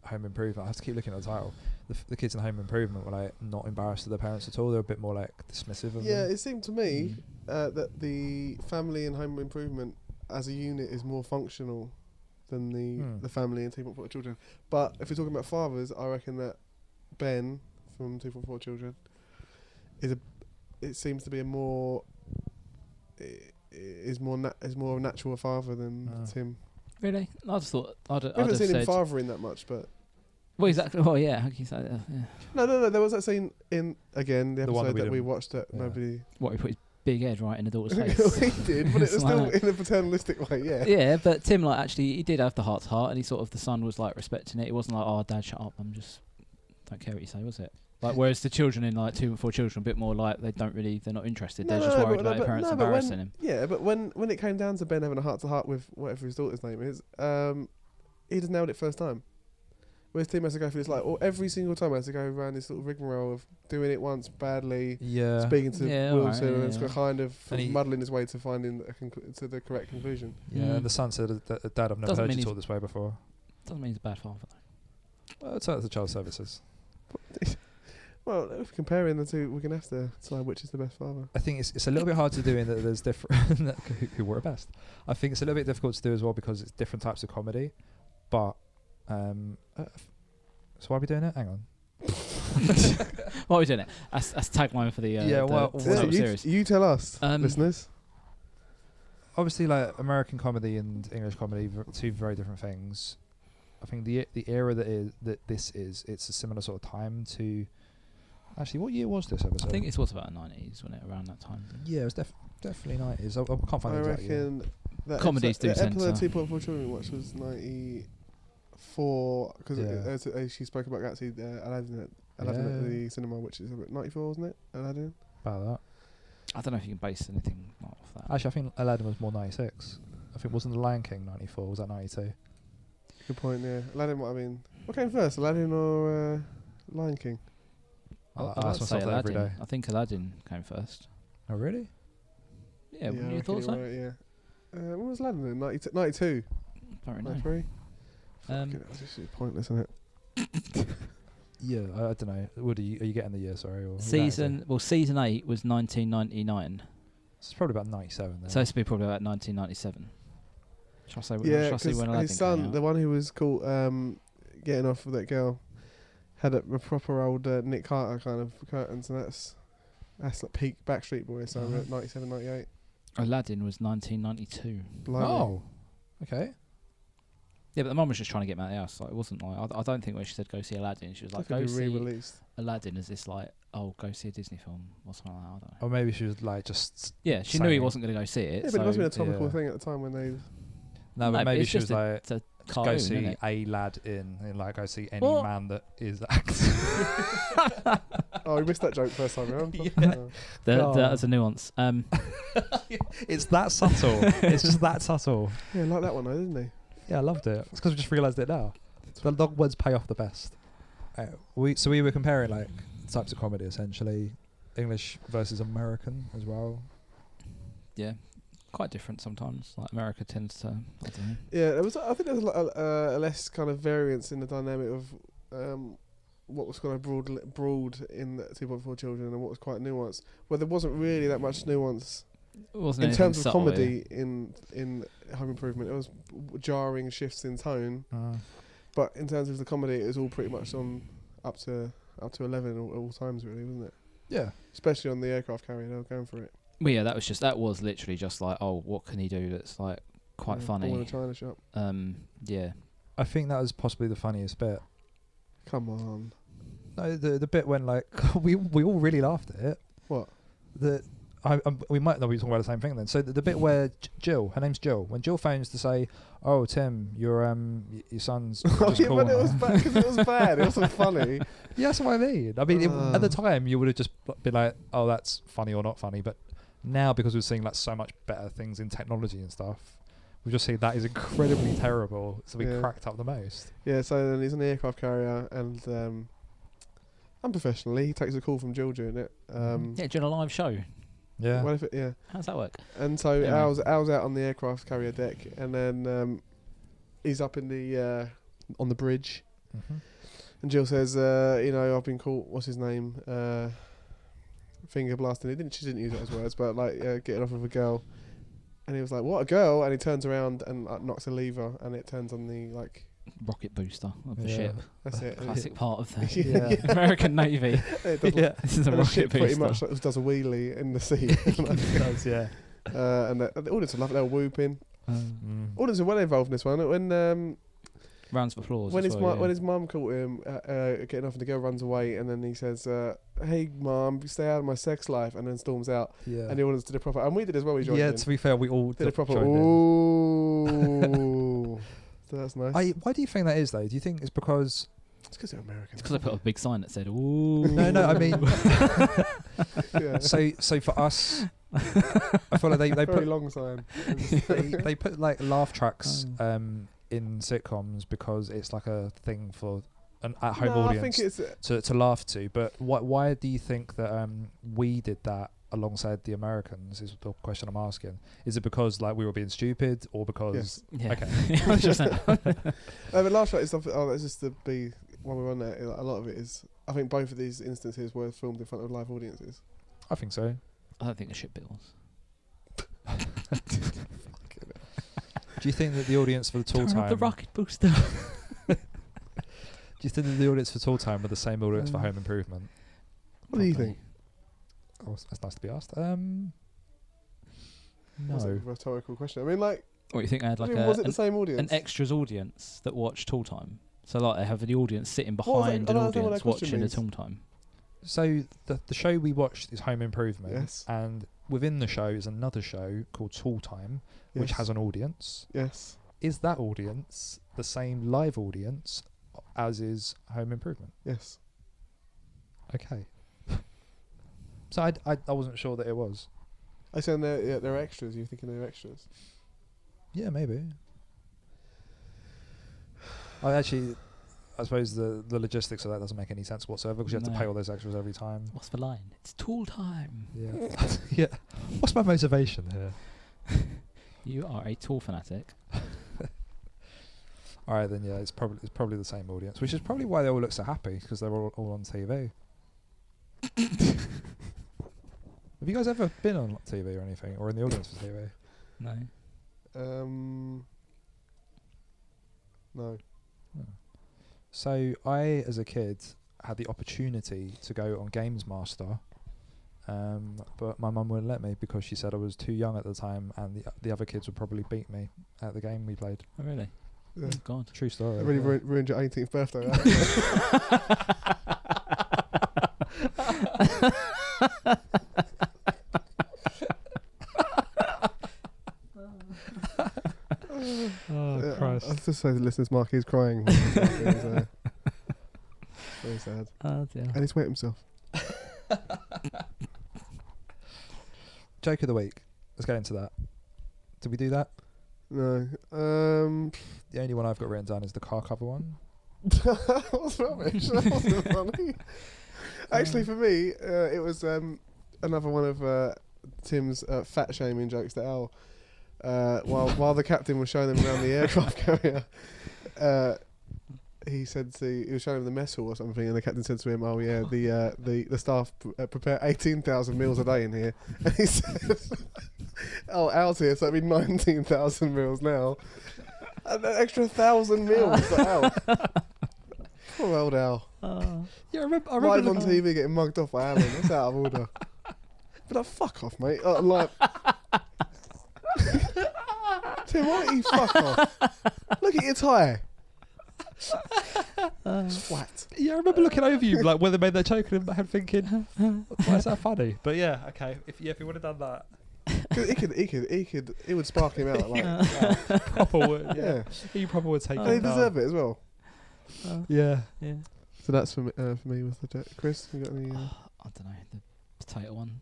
S2: home improvement i have to keep looking at the title the, f- the kids in home improvement were like not embarrassed of their parents at all they're a bit more like dismissive of
S4: Yeah,
S2: them
S4: it seemed to me
S3: Mm.
S4: uh, that the family and home improvement as a unit is more functional than the
S2: Hmm.
S4: the family and two point four children. But if we're talking about fathers, I reckon that Ben from two point four children is a. It seems to be a more. i- Is more na- is more of a natural father than
S2: Ah.
S4: Tim.
S3: Really? I just thought I'd,
S4: I
S3: I'd
S4: haven't
S3: have
S4: seen him
S3: said.
S4: fathering that much, but
S3: Well, exactly. Well, yeah. How can you say that? Yeah.
S4: no, no, no. There was that scene in again the
S2: The
S4: episode
S2: one that
S4: that,
S2: we
S4: we,
S2: didn't-
S4: watched that
S2: yeah.
S4: nobody
S3: What he put his big head right in the daughter's face.
S4: he did, but it was
S3: Something
S4: still
S3: like that.
S4: in a paternalistic way. Yeah,
S3: yeah, but Tim like actually he did have the heart to heart, and he sort of the son was like respecting it. It wasn't like, oh, dad, shut up. I'm just don't care what you say, was it? Like whereas the children in like two and four children, a bit more like they don't really, they're not interested. they're just worried
S4: but-
S3: about
S4: but-
S3: their parents
S4: no, but
S3: embarrassing
S4: when,
S3: him.
S4: Yeah, but when when it came down to Ben having a heart to heart with whatever his daughter's name is, um, he just nailed it first time. Whereas Tim has to go through this like, or every single time has to go around this little rigmarole of doing it once badly,
S2: yeah
S4: speaking to
S3: Yeah, alright,
S4: Wilson, and
S3: yeah,
S4: it's
S3: yeah.
S4: kind of
S2: And he-
S4: muddling his way to finding a conclu- to the correct conclusion.
S2: yeah
S3: Mm.
S2: and the son said "D- dad i've never
S3: Doesn't
S2: heard
S3: mean
S2: you
S3: he's-
S2: talk this way before
S3: Doesn't mean he's a bad father. though.
S2: well, it's out the child services
S4: Well, if comparing the two, we're gonna have to decide which is the best father.
S2: I think it's, it's a little bit hard to do in that there's different who- who were best. I think it's a little bit difficult to do as well because it's different types of comedy. But um, uh, f- so why are we doing it? Hang on.
S3: What are we doing? It that's, that's tagline for the uh,
S2: Yeah,
S3: The
S2: well-
S3: the
S2: well-
S3: sub
S2: Yeah,
S4: you,
S3: series.
S4: you tell us,
S3: Um,
S4: listeners.
S2: Obviously, like American comedy and English comedy, v- two very different things. I think the the era that is that this is, it's a similar sort of time to. Actually, what year was this
S3: I
S2: episode?
S3: think it was about the nineties when it around that time.
S2: yeah, it was def- definitely nineties. I, I can't find
S4: I
S2: the exact year.
S4: reckon that
S3: Comedies
S4: episode,
S3: do
S4: that episode
S3: tend to-
S4: two point four children we watched was ninety four because
S2: Yeah.
S4: she spoke about actually uh, Aladdin at Aladdin
S2: Yeah.
S4: at the cinema, which is ninety four, wasn't it? Aladdin.
S2: about
S3: I don't know if you can base anything off that.
S2: that. Actually, I think Aladdin was more ninety six. I think wasn't the Lion King ninety four? Was that ninety two?
S4: Good point. Yeah, Aladdin. What I mean, what came first, Aladdin or uh, Lion King?
S3: Oh, I,
S2: I
S3: I'd
S2: ask
S3: say
S2: myself that every
S3: Aladdin.
S2: day.
S3: I think Aladdin came first.
S2: Oh really?
S3: Yeah,
S4: I
S3: wouldn't you
S4: reckon
S3: thought
S4: you're
S3: so?
S4: right, yeah. Uh, when was Aladdin? then? 90 92,
S3: Don't really know.
S4: 93?
S3: Um,
S4: Fucking hell, this is pointless, isn't it?
S2: Yeah, I, I don't know. Woody, you, are you getting the year? Sorry, or is that it?
S3: Season well, season eight was 1999,
S2: It's probably about ninety-seven. Then.
S3: so it's be probably about 1997. Shall I say? when-
S4: Yeah,
S3: shall I see
S4: because
S3: when Aladdin
S4: his son,
S3: came
S4: the
S3: out?
S4: one who was called um, getting off with that girl, had a, a proper old uh, Nick Carter kind of curtains, and that's that's like peak Backstreet Boys, so
S3: Mm-hmm.
S2: Uh-huh.
S4: uh 97, 98.
S3: Aladdin was 1992.
S4: Blimey.
S2: Oh, okay.
S3: Yeah, but the mum was just trying to get him out of the house. Like, it wasn't like I, I don't think when she said go see Aladdin, she was like
S4: That
S3: go
S4: could be
S3: see
S4: re-released.
S3: Aladdin. Is this like oh go see a Disney film or something like that? I don't know.
S2: Or maybe she was like just
S3: Yeah, she knew he
S2: Same.
S3: wasn't going to go see it.
S4: Oh, Yeah, but
S3: so
S4: it must have been a topical
S2: yeah.
S4: thing at the time when they.
S2: no, but
S3: No, but
S2: maybe
S3: it's
S2: she was
S3: just a
S2: like
S3: it's a
S2: "Just
S3: cartoon,
S2: go see
S3: innit?
S2: a lad in and like go see any
S3: Well-
S2: man that is acting.
S4: Oh, we missed that joke first time around. Oh.
S3: The,
S2: Oh.
S3: the, that's a nuance. Um,
S2: it's that subtle. it's just that subtle.
S4: Yeah, like that one though, didn't he?
S2: Yeah, I loved it. It's because we just realised it now. The long ones pay off the best. Uh, we so we were comparing like types of comedy essentially, English versus American as well.
S3: yeah, quite different sometimes. Like America tends to, I don't know.
S4: Yeah, there was. I think there was a, lo- a, a less kind of variance in the dynamic of um, what was kind of broad, broad in the 2.4 children and what was quite nuanced. Where there wasn't really that much nuance
S3: It wasn't
S4: in
S3: anything
S4: terms of
S3: subtle, yeah.
S4: comedy in in Home Improvement. It was w- jarring shifts in tone,
S2: Uh,
S4: but in terms of the comedy, it was all pretty much on up to up to 11 all, all times, really, wasn't it?
S2: yeah,
S4: Especially on the aircraft carrier, they were going for it.
S3: Well, yeah, that was just that was literally just like, oh, what can he do that's like quite
S4: Yeah, Ball in a
S3: funny?
S4: china shop.
S3: Um, yeah,
S2: I think that was possibly the funniest bit.
S4: Come on.
S2: No, the the bit when like we we all really laughed at it.
S4: What?
S2: The I, i we might not be talking about the same thing then. So the, the bit where J- Jill, her name's Jill, when Jill phones to say, "Oh Tim, your um y- your son's
S4: Oh,
S2: just
S4: yeah,
S2: calling
S4: but it was
S2: her."
S4: bad because it was bad. It wasn't funny.
S2: Yeah, that's what I mean. I mean, it, at the
S4: Uh.
S2: time, you would have just been like, "Oh, that's funny or not funny," but now because we're seeing like so much better things in technology and stuff, we just see that is incredibly terrible. So we
S4: Yeah.
S2: cracked up the most.
S4: Yeah, so then he's on the aircraft carrier and um, unprofessionally he takes a call from Jill during it. Um,
S3: yeah, during a live show.
S2: Yeah,
S4: Well, if it, yeah.
S3: How's that work?
S4: And so
S3: Anyway.
S4: Al's, Al's out on the aircraft carrier deck and then um, he's up in the uh, on the bridge
S2: hmm
S4: and Jill says, uh, you know, I've been caught, what's his name? Uh, finger blasting. He didn't, she didn't use it as words, but like uh, getting off with a girl. And he was like, what, a girl? And he turns around and like, knocks a lever and it turns on the, like,
S3: Rocket booster of the
S2: Yeah.
S3: ship,
S4: that's it. And it-
S3: classic part of the
S2: Yeah.
S3: American Navy.
S4: it does
S2: Yeah.
S3: This is a
S4: and the
S3: rocket
S4: ship pretty
S3: booster.
S4: much like, does a wheelie in the sea.
S2: It does, yeah.
S4: uh, and the, the audience love it. They're whooping.
S3: Um,
S2: Mm.
S4: Audience are Oh, well involved in this one. When um,
S3: rounds of applause.
S4: when
S3: as
S4: his
S3: well,
S4: mu-
S3: yeah.
S4: when his mum caught him uh, uh, getting off, and the girl runs away, and then he says, uh, "Hey, mum, stay out of my sex life," and then storms out.
S2: Yeah.
S4: And the audience did a proper, and we did as well. We joined
S2: yeah,
S4: in.
S2: to be fair, we all
S4: did a
S2: d-
S4: proper.
S2: joined in.
S4: Ooh, so that's nice.
S2: I, why do you think that is though? Do you think it's because
S4: it's because they're American.
S3: It's because I put a big sign that said, "Ooh."
S2: no, no, I mean,
S4: yeah.
S2: so so for us, I feel like they they
S4: very
S2: put
S4: long sign.
S2: they, they put like laugh tracks
S3: Oh.
S2: um, in sitcoms because it's like a thing for an at-home
S4: no,
S2: audience
S4: I think it's uh,
S2: to, to laugh to. But why why do you think that um, we did that alongside the Americans? Is the question I'm asking. Is it because like we were being stupid, or because
S4: yes.
S3: Yeah.
S2: Okay.
S3: I was just saying,
S4: Uh, but last night, it's something. Oh, that's just the B one we're on there. A lot of it is. I think both of these instances were filmed in front of live audiences.
S2: I think so?
S3: I don't think the ship bills.
S2: Do you think that the audience for the tall
S3: Turn
S2: time?
S3: up the rocket booster.
S2: Do you think that the audience for tall time were the same audience for Home Improvement?
S4: Um, What do you
S3: Probably.
S4: think?
S2: Oh, that's- that's nice to be asked. Um, no.
S4: That's a rhetorical question. I mean, like,
S3: What do you think? I had
S4: I
S3: like
S4: mean,
S3: a,
S4: was it the
S3: an,
S4: same
S3: an
S4: audience?
S3: extras audience that watched Tool Time. So like they have the audience sitting
S4: was that?
S3: behind
S4: I
S3: an
S4: don't understand what
S3: audience
S4: that question
S3: watching the
S4: means.
S3: Tool Time.
S2: So the the show we watched is Home Improvement,
S4: Yes.
S2: and within the show is another show called Tool Time, which
S4: Yes.
S2: has an audience.
S4: yes.
S2: Is that audience the same live audience as is Home Improvement?
S4: Yes.
S2: Okay. so I, I I wasn't sure that it was.
S4: I said they're, yeah, they're extras. You're thinking they're extras.
S2: Yeah, maybe. I actually, I suppose the the logistics of that doesn't make any sense whatsoever because you have to
S3: No.
S2: pay all those extras every time.
S3: What's the line? It's Tool Time.
S2: Yeah. yeah. What's my motivation here?
S3: You are a Tool fanatic.
S2: All right, then yeah, it's probably it's probably the same audience, which is probably why they all look so happy because they're all, all on TV. Have you guys ever been on TV or anything, or in the audience for TV?
S3: No.
S4: Um, No.
S2: Hmm. So I, as a kid, had the opportunity to go on Games Master, um, but my mum wouldn't let me because she said I was too young at the time, and the the other kids would probably beat me at the game we played.
S3: Oh, really?
S4: Yeah.
S3: Oh, God.
S2: True story.
S4: That really
S2: yeah.
S4: ruined, ruined your 18th birthday. that.
S2: Oh,
S4: Yeah,
S2: Christ.
S4: I'll just say to the listeners, Mark is crying. It was, uh, very sad.
S3: Oh, dear.
S4: And he's wet himself.
S2: Joke of the week. Let's get into that. Did we do that?
S4: No. Um,
S2: The only one I've got written down is the car cover one.
S4: that was rubbish. That wasn't funny. Actually, for me, uh, it was um, another one of uh, Tim's uh, fat shaming jokes to Al. Uh, while while the captain was showing him around the aircraft carrier, uh, he said to he was showing him the mess hall or something, and the captain said to him, "Oh yeah, the uh, the the staff pr- uh, prepare eighteen thousand meals a day in here," and he said, "Oh, out here, so that'd be nineteen thousand meals now, and an extra thousand meals for Al." Poor old Al.
S3: Oh.
S2: Yeah, I remember. I
S4: Live on TV getting mugged off by Alan. That's out of order. But like, fuck off, mate. Uh, like, Tim, why don't you fuck off? Look at your tie. Swat.
S2: Yeah, I remember looking over you like when they made that joke and I had thinking, why is that funny? But yeah, okay. If yeah, if you would have done that,
S4: 'Cause He could, he could, he could, it would spark him out. Like, yeah.
S2: proper would. you probably would take.
S3: Oh.
S2: it
S4: And he
S2: down.
S4: deserve it as well.
S3: Oh,
S2: Yeah.
S3: yeah.
S4: So that's for me. Uh, for me, was the jet. Chris, you got any? Uh,
S3: I don't know. The potato one.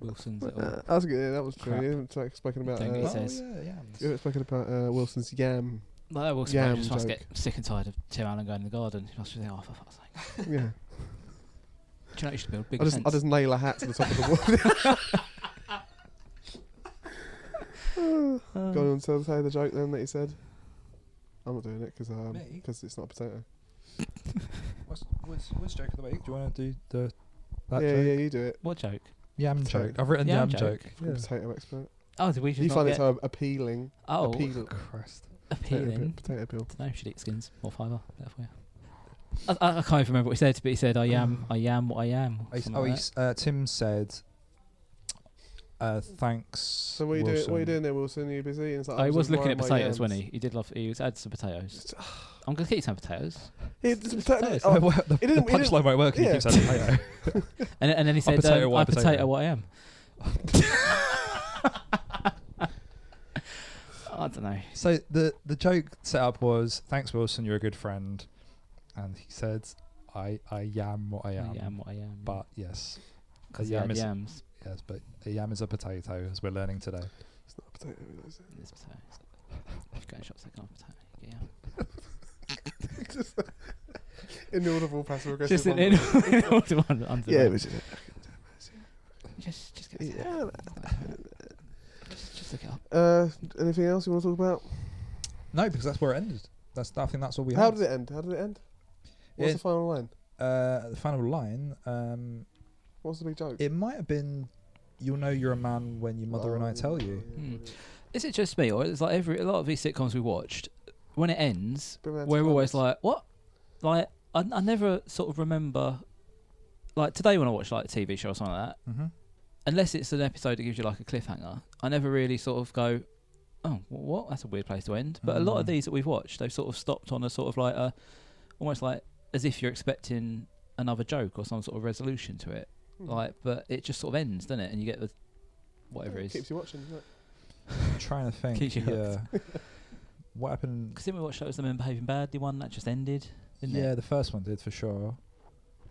S3: Wilson's little.
S4: uh, that was good. Yeah, that was true.
S3: Crap.
S4: You haven't like, spoken about.
S3: Don't It
S2: oh,
S4: Uh,
S3: says-
S2: yeah, yams.
S4: you haven't spoken about uh, Wilson's yam.
S3: like that Wilson
S4: yeah,
S3: yeah, just must
S4: joke.
S3: get sick and tired of Tim Allen going in the garden. He must be thinking, oh, for fuck's sake.
S4: Yeah.
S3: Do you know what you should build? Big
S4: I just,
S3: fence.
S4: I just nail a hat to the top of the wall. Going on to say the joke then that he said. I'm not doing it because
S2: Me?
S4: it's not a potato.
S2: What's, what's, what's joke of the week? Do you want to do the that
S4: yeah,
S2: joke?
S4: yeah, you do it.
S3: What joke?
S2: Yam
S4: Sorry.
S2: joke. I've written yam,
S3: Yam
S2: joke.
S3: joke.
S4: You're a Potato expert.
S3: Oh, did we just
S4: you
S3: not
S4: find it
S3: get
S4: so appealing.
S3: oh,
S4: appealing.
S2: Christ.
S4: Potato,
S3: appealing?
S4: peel- potato peel.
S3: No, should eat skins or fibre. Better for you. I, I, I can't even remember what he said, but he said, "I am,
S4: Mm.
S3: I am what I am." or
S2: I s-
S3: something
S2: oh,
S3: like
S2: he
S3: that.
S2: s- uh, Tim said. Uh, thanks. So
S4: So what are you doing? What are you doing there, Wilson? Are you busy? And it's like,
S3: Oh,
S4: I'm
S3: he was
S4: just
S3: looking at
S4: admiring my
S3: potatoes,
S4: yams.
S3: wasn't he? He did love. He was had some potatoes. I'm gonna keep some potatoes.
S4: He did some potato-
S3: potatoes.
S4: oh,
S2: the
S4: it
S2: the
S4: didn't- it didn't-
S2: punchline won't work. and He
S4: yeah.
S2: keeps saying potato.
S3: And, and then he said,
S2: potato
S3: um,
S2: what I
S3: "I potato,
S2: potato."
S3: what I am." I don't know.
S2: So the the joke setup was, "Thanks, Wilson, you're a good friend," and he said, "I I am what I am."
S3: I am what I am.
S2: But yes, a
S3: 'Cause he
S2: yam
S3: had
S2: is
S3: yams.
S2: yes, but a yam is a potato, as we're learning today.
S4: It's not a potato. is it?
S3: It's potatoes. If you go in shops, they can't potato. you get yam.
S4: Inaudible passive aggressive.
S3: Just an
S4: one.
S3: inaudible under, under
S4: Yeah,
S3: the
S4: it
S3: bed.
S4: was.
S3: Just, just get it.
S4: Yeah.
S3: Just, just look it up.
S4: Uh, anything else you want to talk about?
S2: No, because that's where it ended. That's I think that's all we
S4: How
S2: had.
S4: did it end? How did it end? What's
S2: It-
S4: the final line?
S2: Uh, the final line. Um,
S4: What's the big joke?
S2: it might have been, "You'll know you're a man when your mother and I tell you."
S4: Oh,
S3: Hmm. Is it just me, or it's like every a lot of these sitcoms we watched, when it ends,
S4: Bring round to
S3: we're always
S4: colours.
S3: like, what? Like, I, I never sort of remember. Like today, when I watch like a TV show or something like that,
S2: Mm-hmm.
S3: unless it's an episode that gives you like a cliffhanger, I never really sort of go, oh, wh- what? That's a weird place to end. But a lot
S2: Mm.
S3: of these that we've watched, they've sort of stopped on a sort of like a, almost like as if you're expecting another joke or some sort of resolution to it.
S4: Hmm.
S3: Like, but it just sort of ends, doesn't it? And you get the whatever
S4: Yeah,
S3: it is.
S4: Keeps you watching. doesn't it?
S2: I'm trying to think.
S3: Keeps you
S2: yeah.
S3: hooked.
S2: what happened?
S3: Because then we watched that was the men behaving badly one that just ended, didn't
S2: yeah,
S3: it?
S2: the first one did for sure.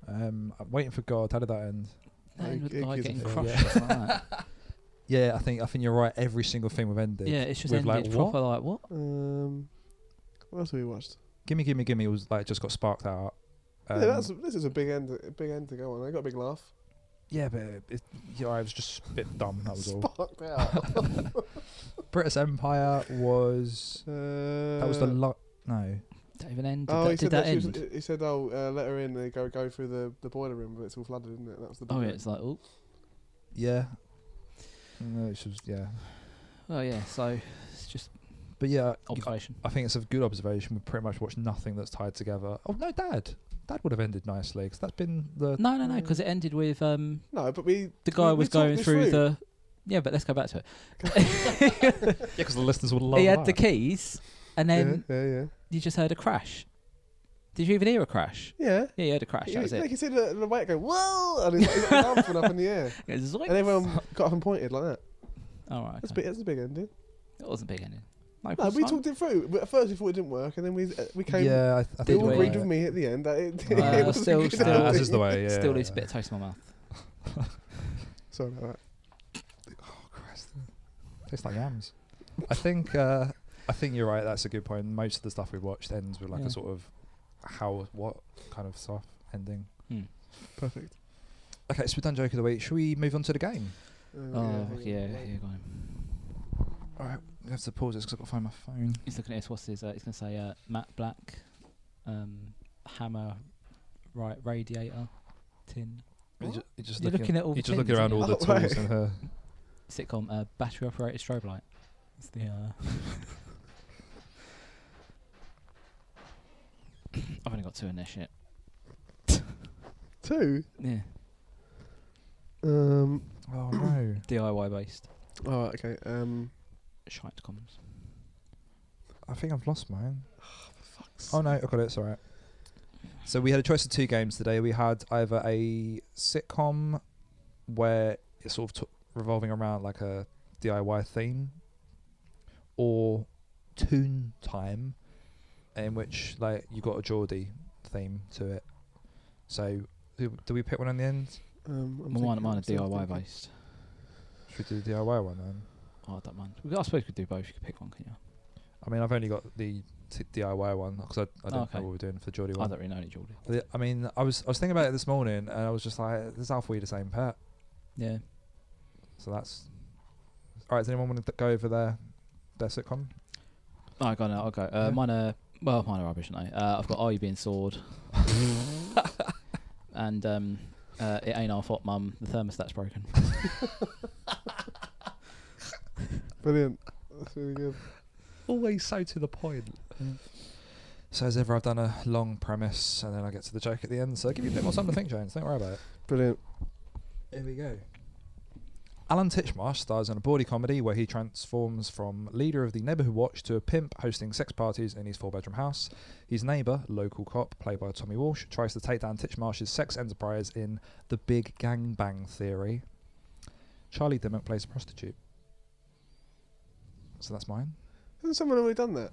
S2: Um, I'm waiting for God. How did that end?
S3: That
S4: Like,
S3: ended
S4: it
S3: with like
S4: gives
S3: getting
S2: a fuck.
S3: crushed
S2: Yeah.
S3: or something like that.
S2: Yeah, I think I think you're right. Every single thing we've ended.
S3: yeah, it's just
S2: with
S3: ended
S2: like what?
S3: proper like what?
S4: Um, what else have we watched?
S2: Gimme, gimme, gimme was like just got sparked out. Um,
S4: yeah, that's this is a big end, a big end to go on. I got a big laugh.
S2: yeah, but it, it, yeah, I was just a bit dumb. That was all.
S4: Sparked out. Uh,
S2: British Empire was that was the
S4: Uh,
S2: lo- no.
S3: Did that even end? Did
S4: Oh,
S3: that,
S4: he
S3: did
S4: said
S3: that
S4: that she was,
S3: end?
S4: he said, "Oh, uh, let her in." They go go through the, the boiler room, but it's all flooded, isn't it? That was the. big
S3: oh yeah,
S4: joke.
S3: it's like oh,
S2: Yeah. No, it was yeah.
S3: oh yeah. So it's just
S2: But yeah, you-
S3: Observation.
S2: I think it's a good observation. We pretty much watched nothing that's tied together. Oh no, Dad! Dad would have ended nicely because that's been the
S3: No, no, no, because it ended with um,
S4: No, but we
S3: the guy
S4: we- we
S3: was
S4: talked
S3: going
S4: this
S3: through the. Yeah, but let's go back to it.
S2: yeah because the listeners would love.
S3: he had
S2: that.
S3: the keys, and then
S4: yeah, yeah,
S3: you just heard a crash. Did you even hear a crash?
S4: yeah.
S3: Yeah, you heard a crash.
S4: you,
S3: That was
S4: you
S3: it.
S4: can see the, the weight go whoa, and his, his arms went up in the air,
S3: It was like-
S4: and everyone got up and pointed like that.
S3: All right,
S4: That's
S3: okay.
S4: big. That's a big ending.
S3: It wasn't big ending. No,
S4: No,
S3: it's
S4: we
S3: fine.
S4: talked it through. But at first, we thought it didn't work, and then we uh, we came.
S2: Yeah, I, th- I
S4: They
S2: think
S4: all
S3: we?
S2: you're
S4: agreed with
S2: right.
S4: me at the end that it,
S3: Uh,
S4: it was
S3: still-
S4: a good
S3: still-
S2: Ah,
S4: ending.
S2: as is the way. Yeah,
S3: Still
S2: yeah,
S3: leaves a bit
S2: yeah.
S3: of taste in my mouth.
S4: Sorry about that.
S2: Tastes like yams. I think uh, I think you're right. That's a good point. Most of the stuff we watched ends with like
S3: Yeah.
S2: a sort of how what kind of stuff ending.
S3: Hmm.
S4: Perfect.
S2: Okay, so we've done joke of the week. Should we move on to the game?
S4: Um,
S3: Oh
S4: hang on.
S3: yeah,
S4: Wait.
S3: yeah, go on.
S2: All right, we have to pause this because I've got to find my phone.
S3: He's looking at his what's his. Uh, he's gonna say uh, Matt Black, um, hammer, right radiator, tin
S2: You're
S4: What?
S2: ju- you're just
S3: You're looking at all the
S2: You're just looking
S3: things,
S2: around all
S3: aren't
S2: the
S4: you? Oh,
S2: tools
S4: right.
S2: in her.
S3: sitcom. Uh, battery operated strobe light. It's the. Uh, I've only got two in this shit.
S4: Two.
S3: Yeah,
S4: Um.
S2: Oh no.
S3: DIY based.
S4: Oh, okay. Um.
S3: Shite comms.
S2: I think I've lost mine. Oh no, I got it. It's all right. So we had a choice of two games today. We had either a sitcom where it's sort of t- revolving around like a DIY theme, or Toon Time, in which like you got a Geordie theme to it. So do, do we pick one in the end?
S4: Um,
S3: Mine,
S4: I'm thinking,
S3: mine
S4: I'm
S3: are
S4: still
S3: DIY
S4: thinking.
S3: based.
S2: Should we do the DIY one then?
S3: Oh, I don't mind. We- I suppose we could do both. You could pick one, couldn't you?
S2: I mean, I've only got the t- DIY one because I, I don't
S3: Okay.
S2: know what we're doing for the Geordie one.
S3: I don't really know any Geordie.
S2: The- I mean, I was I was thinking about it this morning, and I was just like, "There's half we the same pet."
S3: Yeah.
S2: So that's all right. Does anyone want to go over their their sitcom?
S3: I go. No, I'll go. Uh,
S2: Yeah.
S3: Mine are well, mine are rubbish, aren't they? Uh, I've got Are You Being Sword, and um, uh, It Ain't Our Fault, Mum. The thermostat's broken.
S4: Brilliant. That's really good.
S2: Always so to the point. So as ever, I've done a long premise, and then I get to the joke at the end. So I'll give you a bit more time to think, James. Don't worry about it.
S4: Brilliant.
S2: Here we go. Alan Titchmarsh stars in a bawdy comedy where he transforms from leader of the neighbourhood watch to a pimp hosting sex parties in his four bedroom house. His neighbour, local cop, played by Tommy Walsh, tries to take down Titchmarsh's sex enterprise in The Big Gangbang Theory. Charlie Dimmock plays a prostitute. So that's mine.
S4: Hasn't someone already done that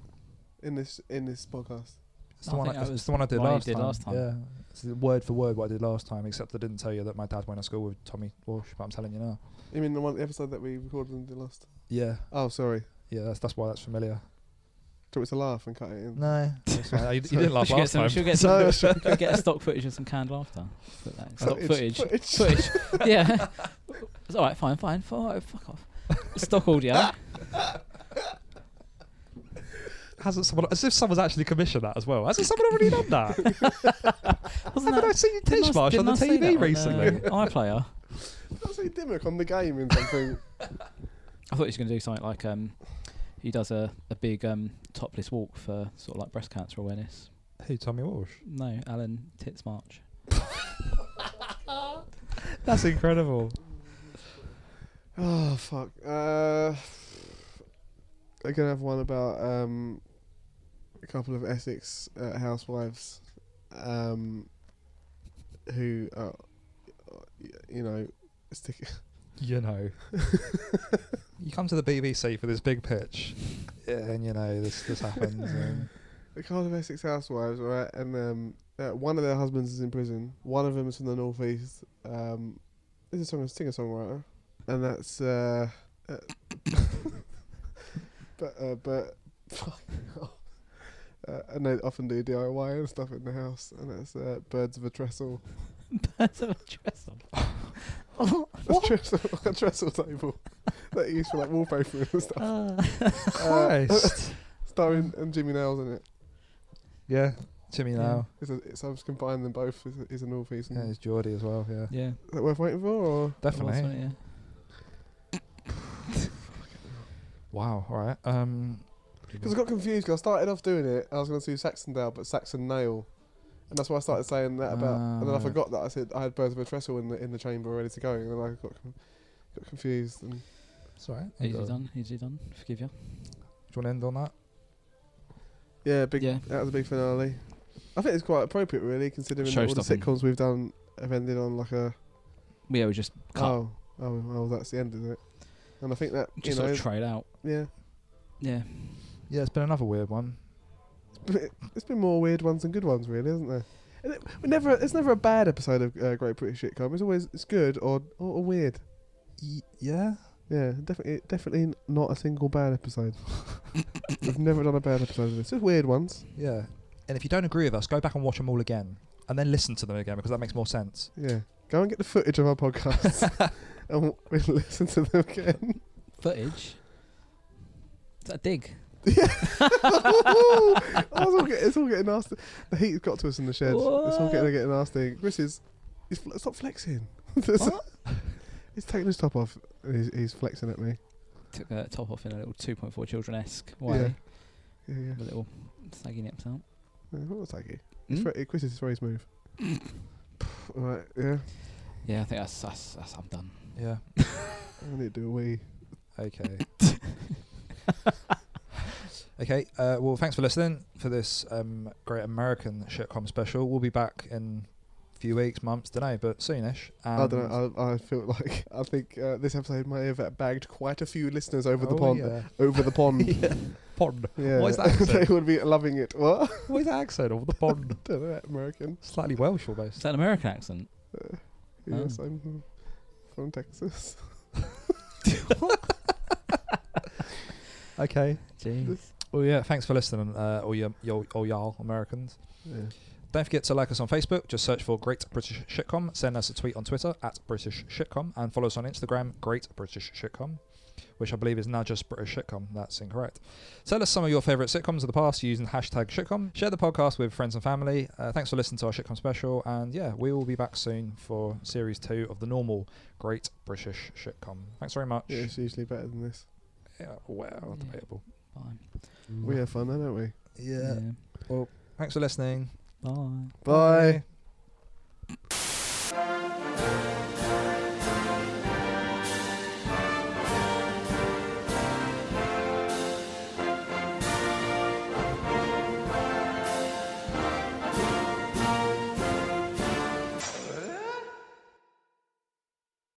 S4: in this in this podcast?
S2: It's the,
S3: I
S2: one I,
S3: think
S2: it's
S3: that was
S2: the one I did,
S3: one you
S2: last,
S3: did
S2: time.
S3: last time.
S2: Yeah. It's the word for word what I did last time, except I didn't tell you that my dad went to school with Tommy Walsh, but I'm telling you now.
S4: You mean the one the episode that we recorded and did last?
S2: Yeah.
S4: Oh, sorry.
S2: Yeah, that's, that's why that's familiar.
S4: Do it to laugh and cut it in.
S2: No. That's fine. You, you
S4: Sorry.
S2: didn't laugh
S3: Should we get
S2: last
S3: some,
S2: time.
S3: should we get,
S4: No,
S3: some,
S4: that's
S3: should we get a stock footage of some canned laughter. Put
S2: Uh,
S3: that in. Stock
S4: Footage,
S3: footage.
S4: footage.
S3: Footage. yeah. It's all right. Fine. Fine. Fuck, fuck off. Stock audio.
S2: Hasn't someone, as if someone's actually commissioned that as well. Hasn't someone already done that? Haven't
S3: Wasn't
S2: I
S3: that?
S2: seen
S3: didn't I-
S2: Tish Marsh on
S3: didn't
S2: the
S3: I see that
S2: TV
S3: on, uh,
S2: recently?
S3: iPlayer.
S4: I see Dimmock on the game and something.
S3: I thought he was going to do something like um, he does a, a big um, topless walk for sort of like breast cancer awareness.
S2: Who, Tommy Walsh?
S3: No, Alan Tits March.
S2: That's incredible.
S4: oh fuck. Uh, I'm gonna have one about um, a couple of Essex uh, housewives, um, who are, y- you know, stick.
S2: You know. you come to the BBC for this big pitch, yeah, and you know, this, this happens. and-
S4: The Cardiff Essex Housewives, right? And um, uh, one of their husbands is in prison. One of them is from the northeast. Um, this is a song, singer songwriter, and that's uh, uh, but uh, but fucking hell. Uh, and they often do DIY and stuff in the house, and that's uh, Birds of a Trestle,
S3: That's a dress on.
S4: a trestle, a trestle table that you use for like wallpaper and stuff. Uh,
S2: Christ.
S4: starring and Jimmy Nails in it.
S2: yeah, Jimmy now.
S4: It's a, it's, I was combining them both. Is a, is a northeast.
S2: Yeah,
S4: And
S2: it's Geordie as well, yeah.
S3: yeah,
S4: Is that worth waiting for? Or
S2: Definitely.
S3: It was, wasn't it,
S2: Wow, all right. Um,
S4: Because I got confused. Because I started off doing it, I was going to do Saxondale, but Saxon Nail, and that's why I started saying that about. and then
S2: Ah.
S4: I forgot that I said I had Birds of a Trestle in the in the chamber ready to go, and then I got com- got confused. And
S2: Sorry. Do you
S3: Easily
S2: want
S3: done. Easily done. Forgive you.
S2: to end on that?
S4: yeah, big.
S3: Yeah.
S4: That was a big finale. I think it's quite appropriate, really, considering that all the
S3: Showstopping.
S4: sitcoms we've done have ended on like a
S3: Yeah, we just cut.
S4: oh oh well, that's the end of it. And I think that
S3: just
S4: you know
S3: sort of trade out.
S4: yeah,
S3: Yeah.
S2: Yeah, it's been another weird one.
S4: it's been more weird ones than good ones, really, isn't there? And it, we never, it's never a bad episode of uh, Great British Sitcom. It's always it's good or, or or weird.
S2: Y- yeah.
S4: Yeah, definitely, definitely not a single bad episode. We've never done a bad episode of this. Just weird ones.
S2: Yeah. And if you don't agree with us, go back and watch them all again, and then listen to them again because that makes more sense.
S4: Yeah, go and get the footage of our podcasts and we'll listen to them again.
S3: Footage. Is that a dig?
S4: Oh, it's, all get- it's all getting nasty. The heat's got to us in the shed. It's all
S3: What?
S4: getting getting nasty. Chris is, he's, fl- stop flexing. he's taking his top off. and He's, he's flexing at me.
S3: Took a top off in a little 2.4 children esque way.
S4: Yeah, yeah.
S3: With The little saggy nips out.
S4: Yeah, what was that?
S3: Hmm?
S4: It's very, Chris is very smooth. right, yeah.
S3: Yeah, I think that's, that's, that's I'm done.
S2: Yeah.
S4: I need to do a wee.
S2: Okay. okay. Uh, well, thanks for listening for this um, great American shitcom special. We'll be back in a few weeks, months, don't know, but soonish. And
S4: I don't know. I, I feel like I think uh, this episode might have bagged quite a few listeners over the
S2: Oh,
S4: pond.
S2: yeah.
S4: Over the pond.
S2: Pond.
S4: yeah.
S2: What is that
S4: they
S2: accent?
S4: would be loving it. What?
S2: what is that accent of the pond?
S4: don't know that American.
S2: Slightly Welsh almost.
S3: Is that an American accent?
S4: Uh,
S2: Oh.
S4: yes, I'm from Texas.
S2: Okay.
S3: Jeez.
S2: Well, yeah. Thanks for listening, uh, all you, you all y'all Americans.
S4: Yeah.
S2: Don't forget to like us on Facebook. Just search for Great British Shitcom. Send us a tweet on Twitter at British Shitcom and follow us on Instagram, Great British Shitcom, which I believe is now just British Shitcom. That's incorrect. Tell us some of your favourite sitcoms of the past using hashtag Shitcom. Share the podcast with friends and family. Uh, thanks for listening to our Shitcom special. And yeah, we will be back soon for series two of the normal Great British Shitcom. Thanks very much.
S4: yeah, it's usually better than this.
S2: Yeah, well,
S3: Yeah.
S2: debatable.
S3: Fine.
S4: We have fun, though, don't we?
S2: Mm. Oh, yeah. Thanks for listening.
S3: Bye.
S4: Bye.
S2: Bye.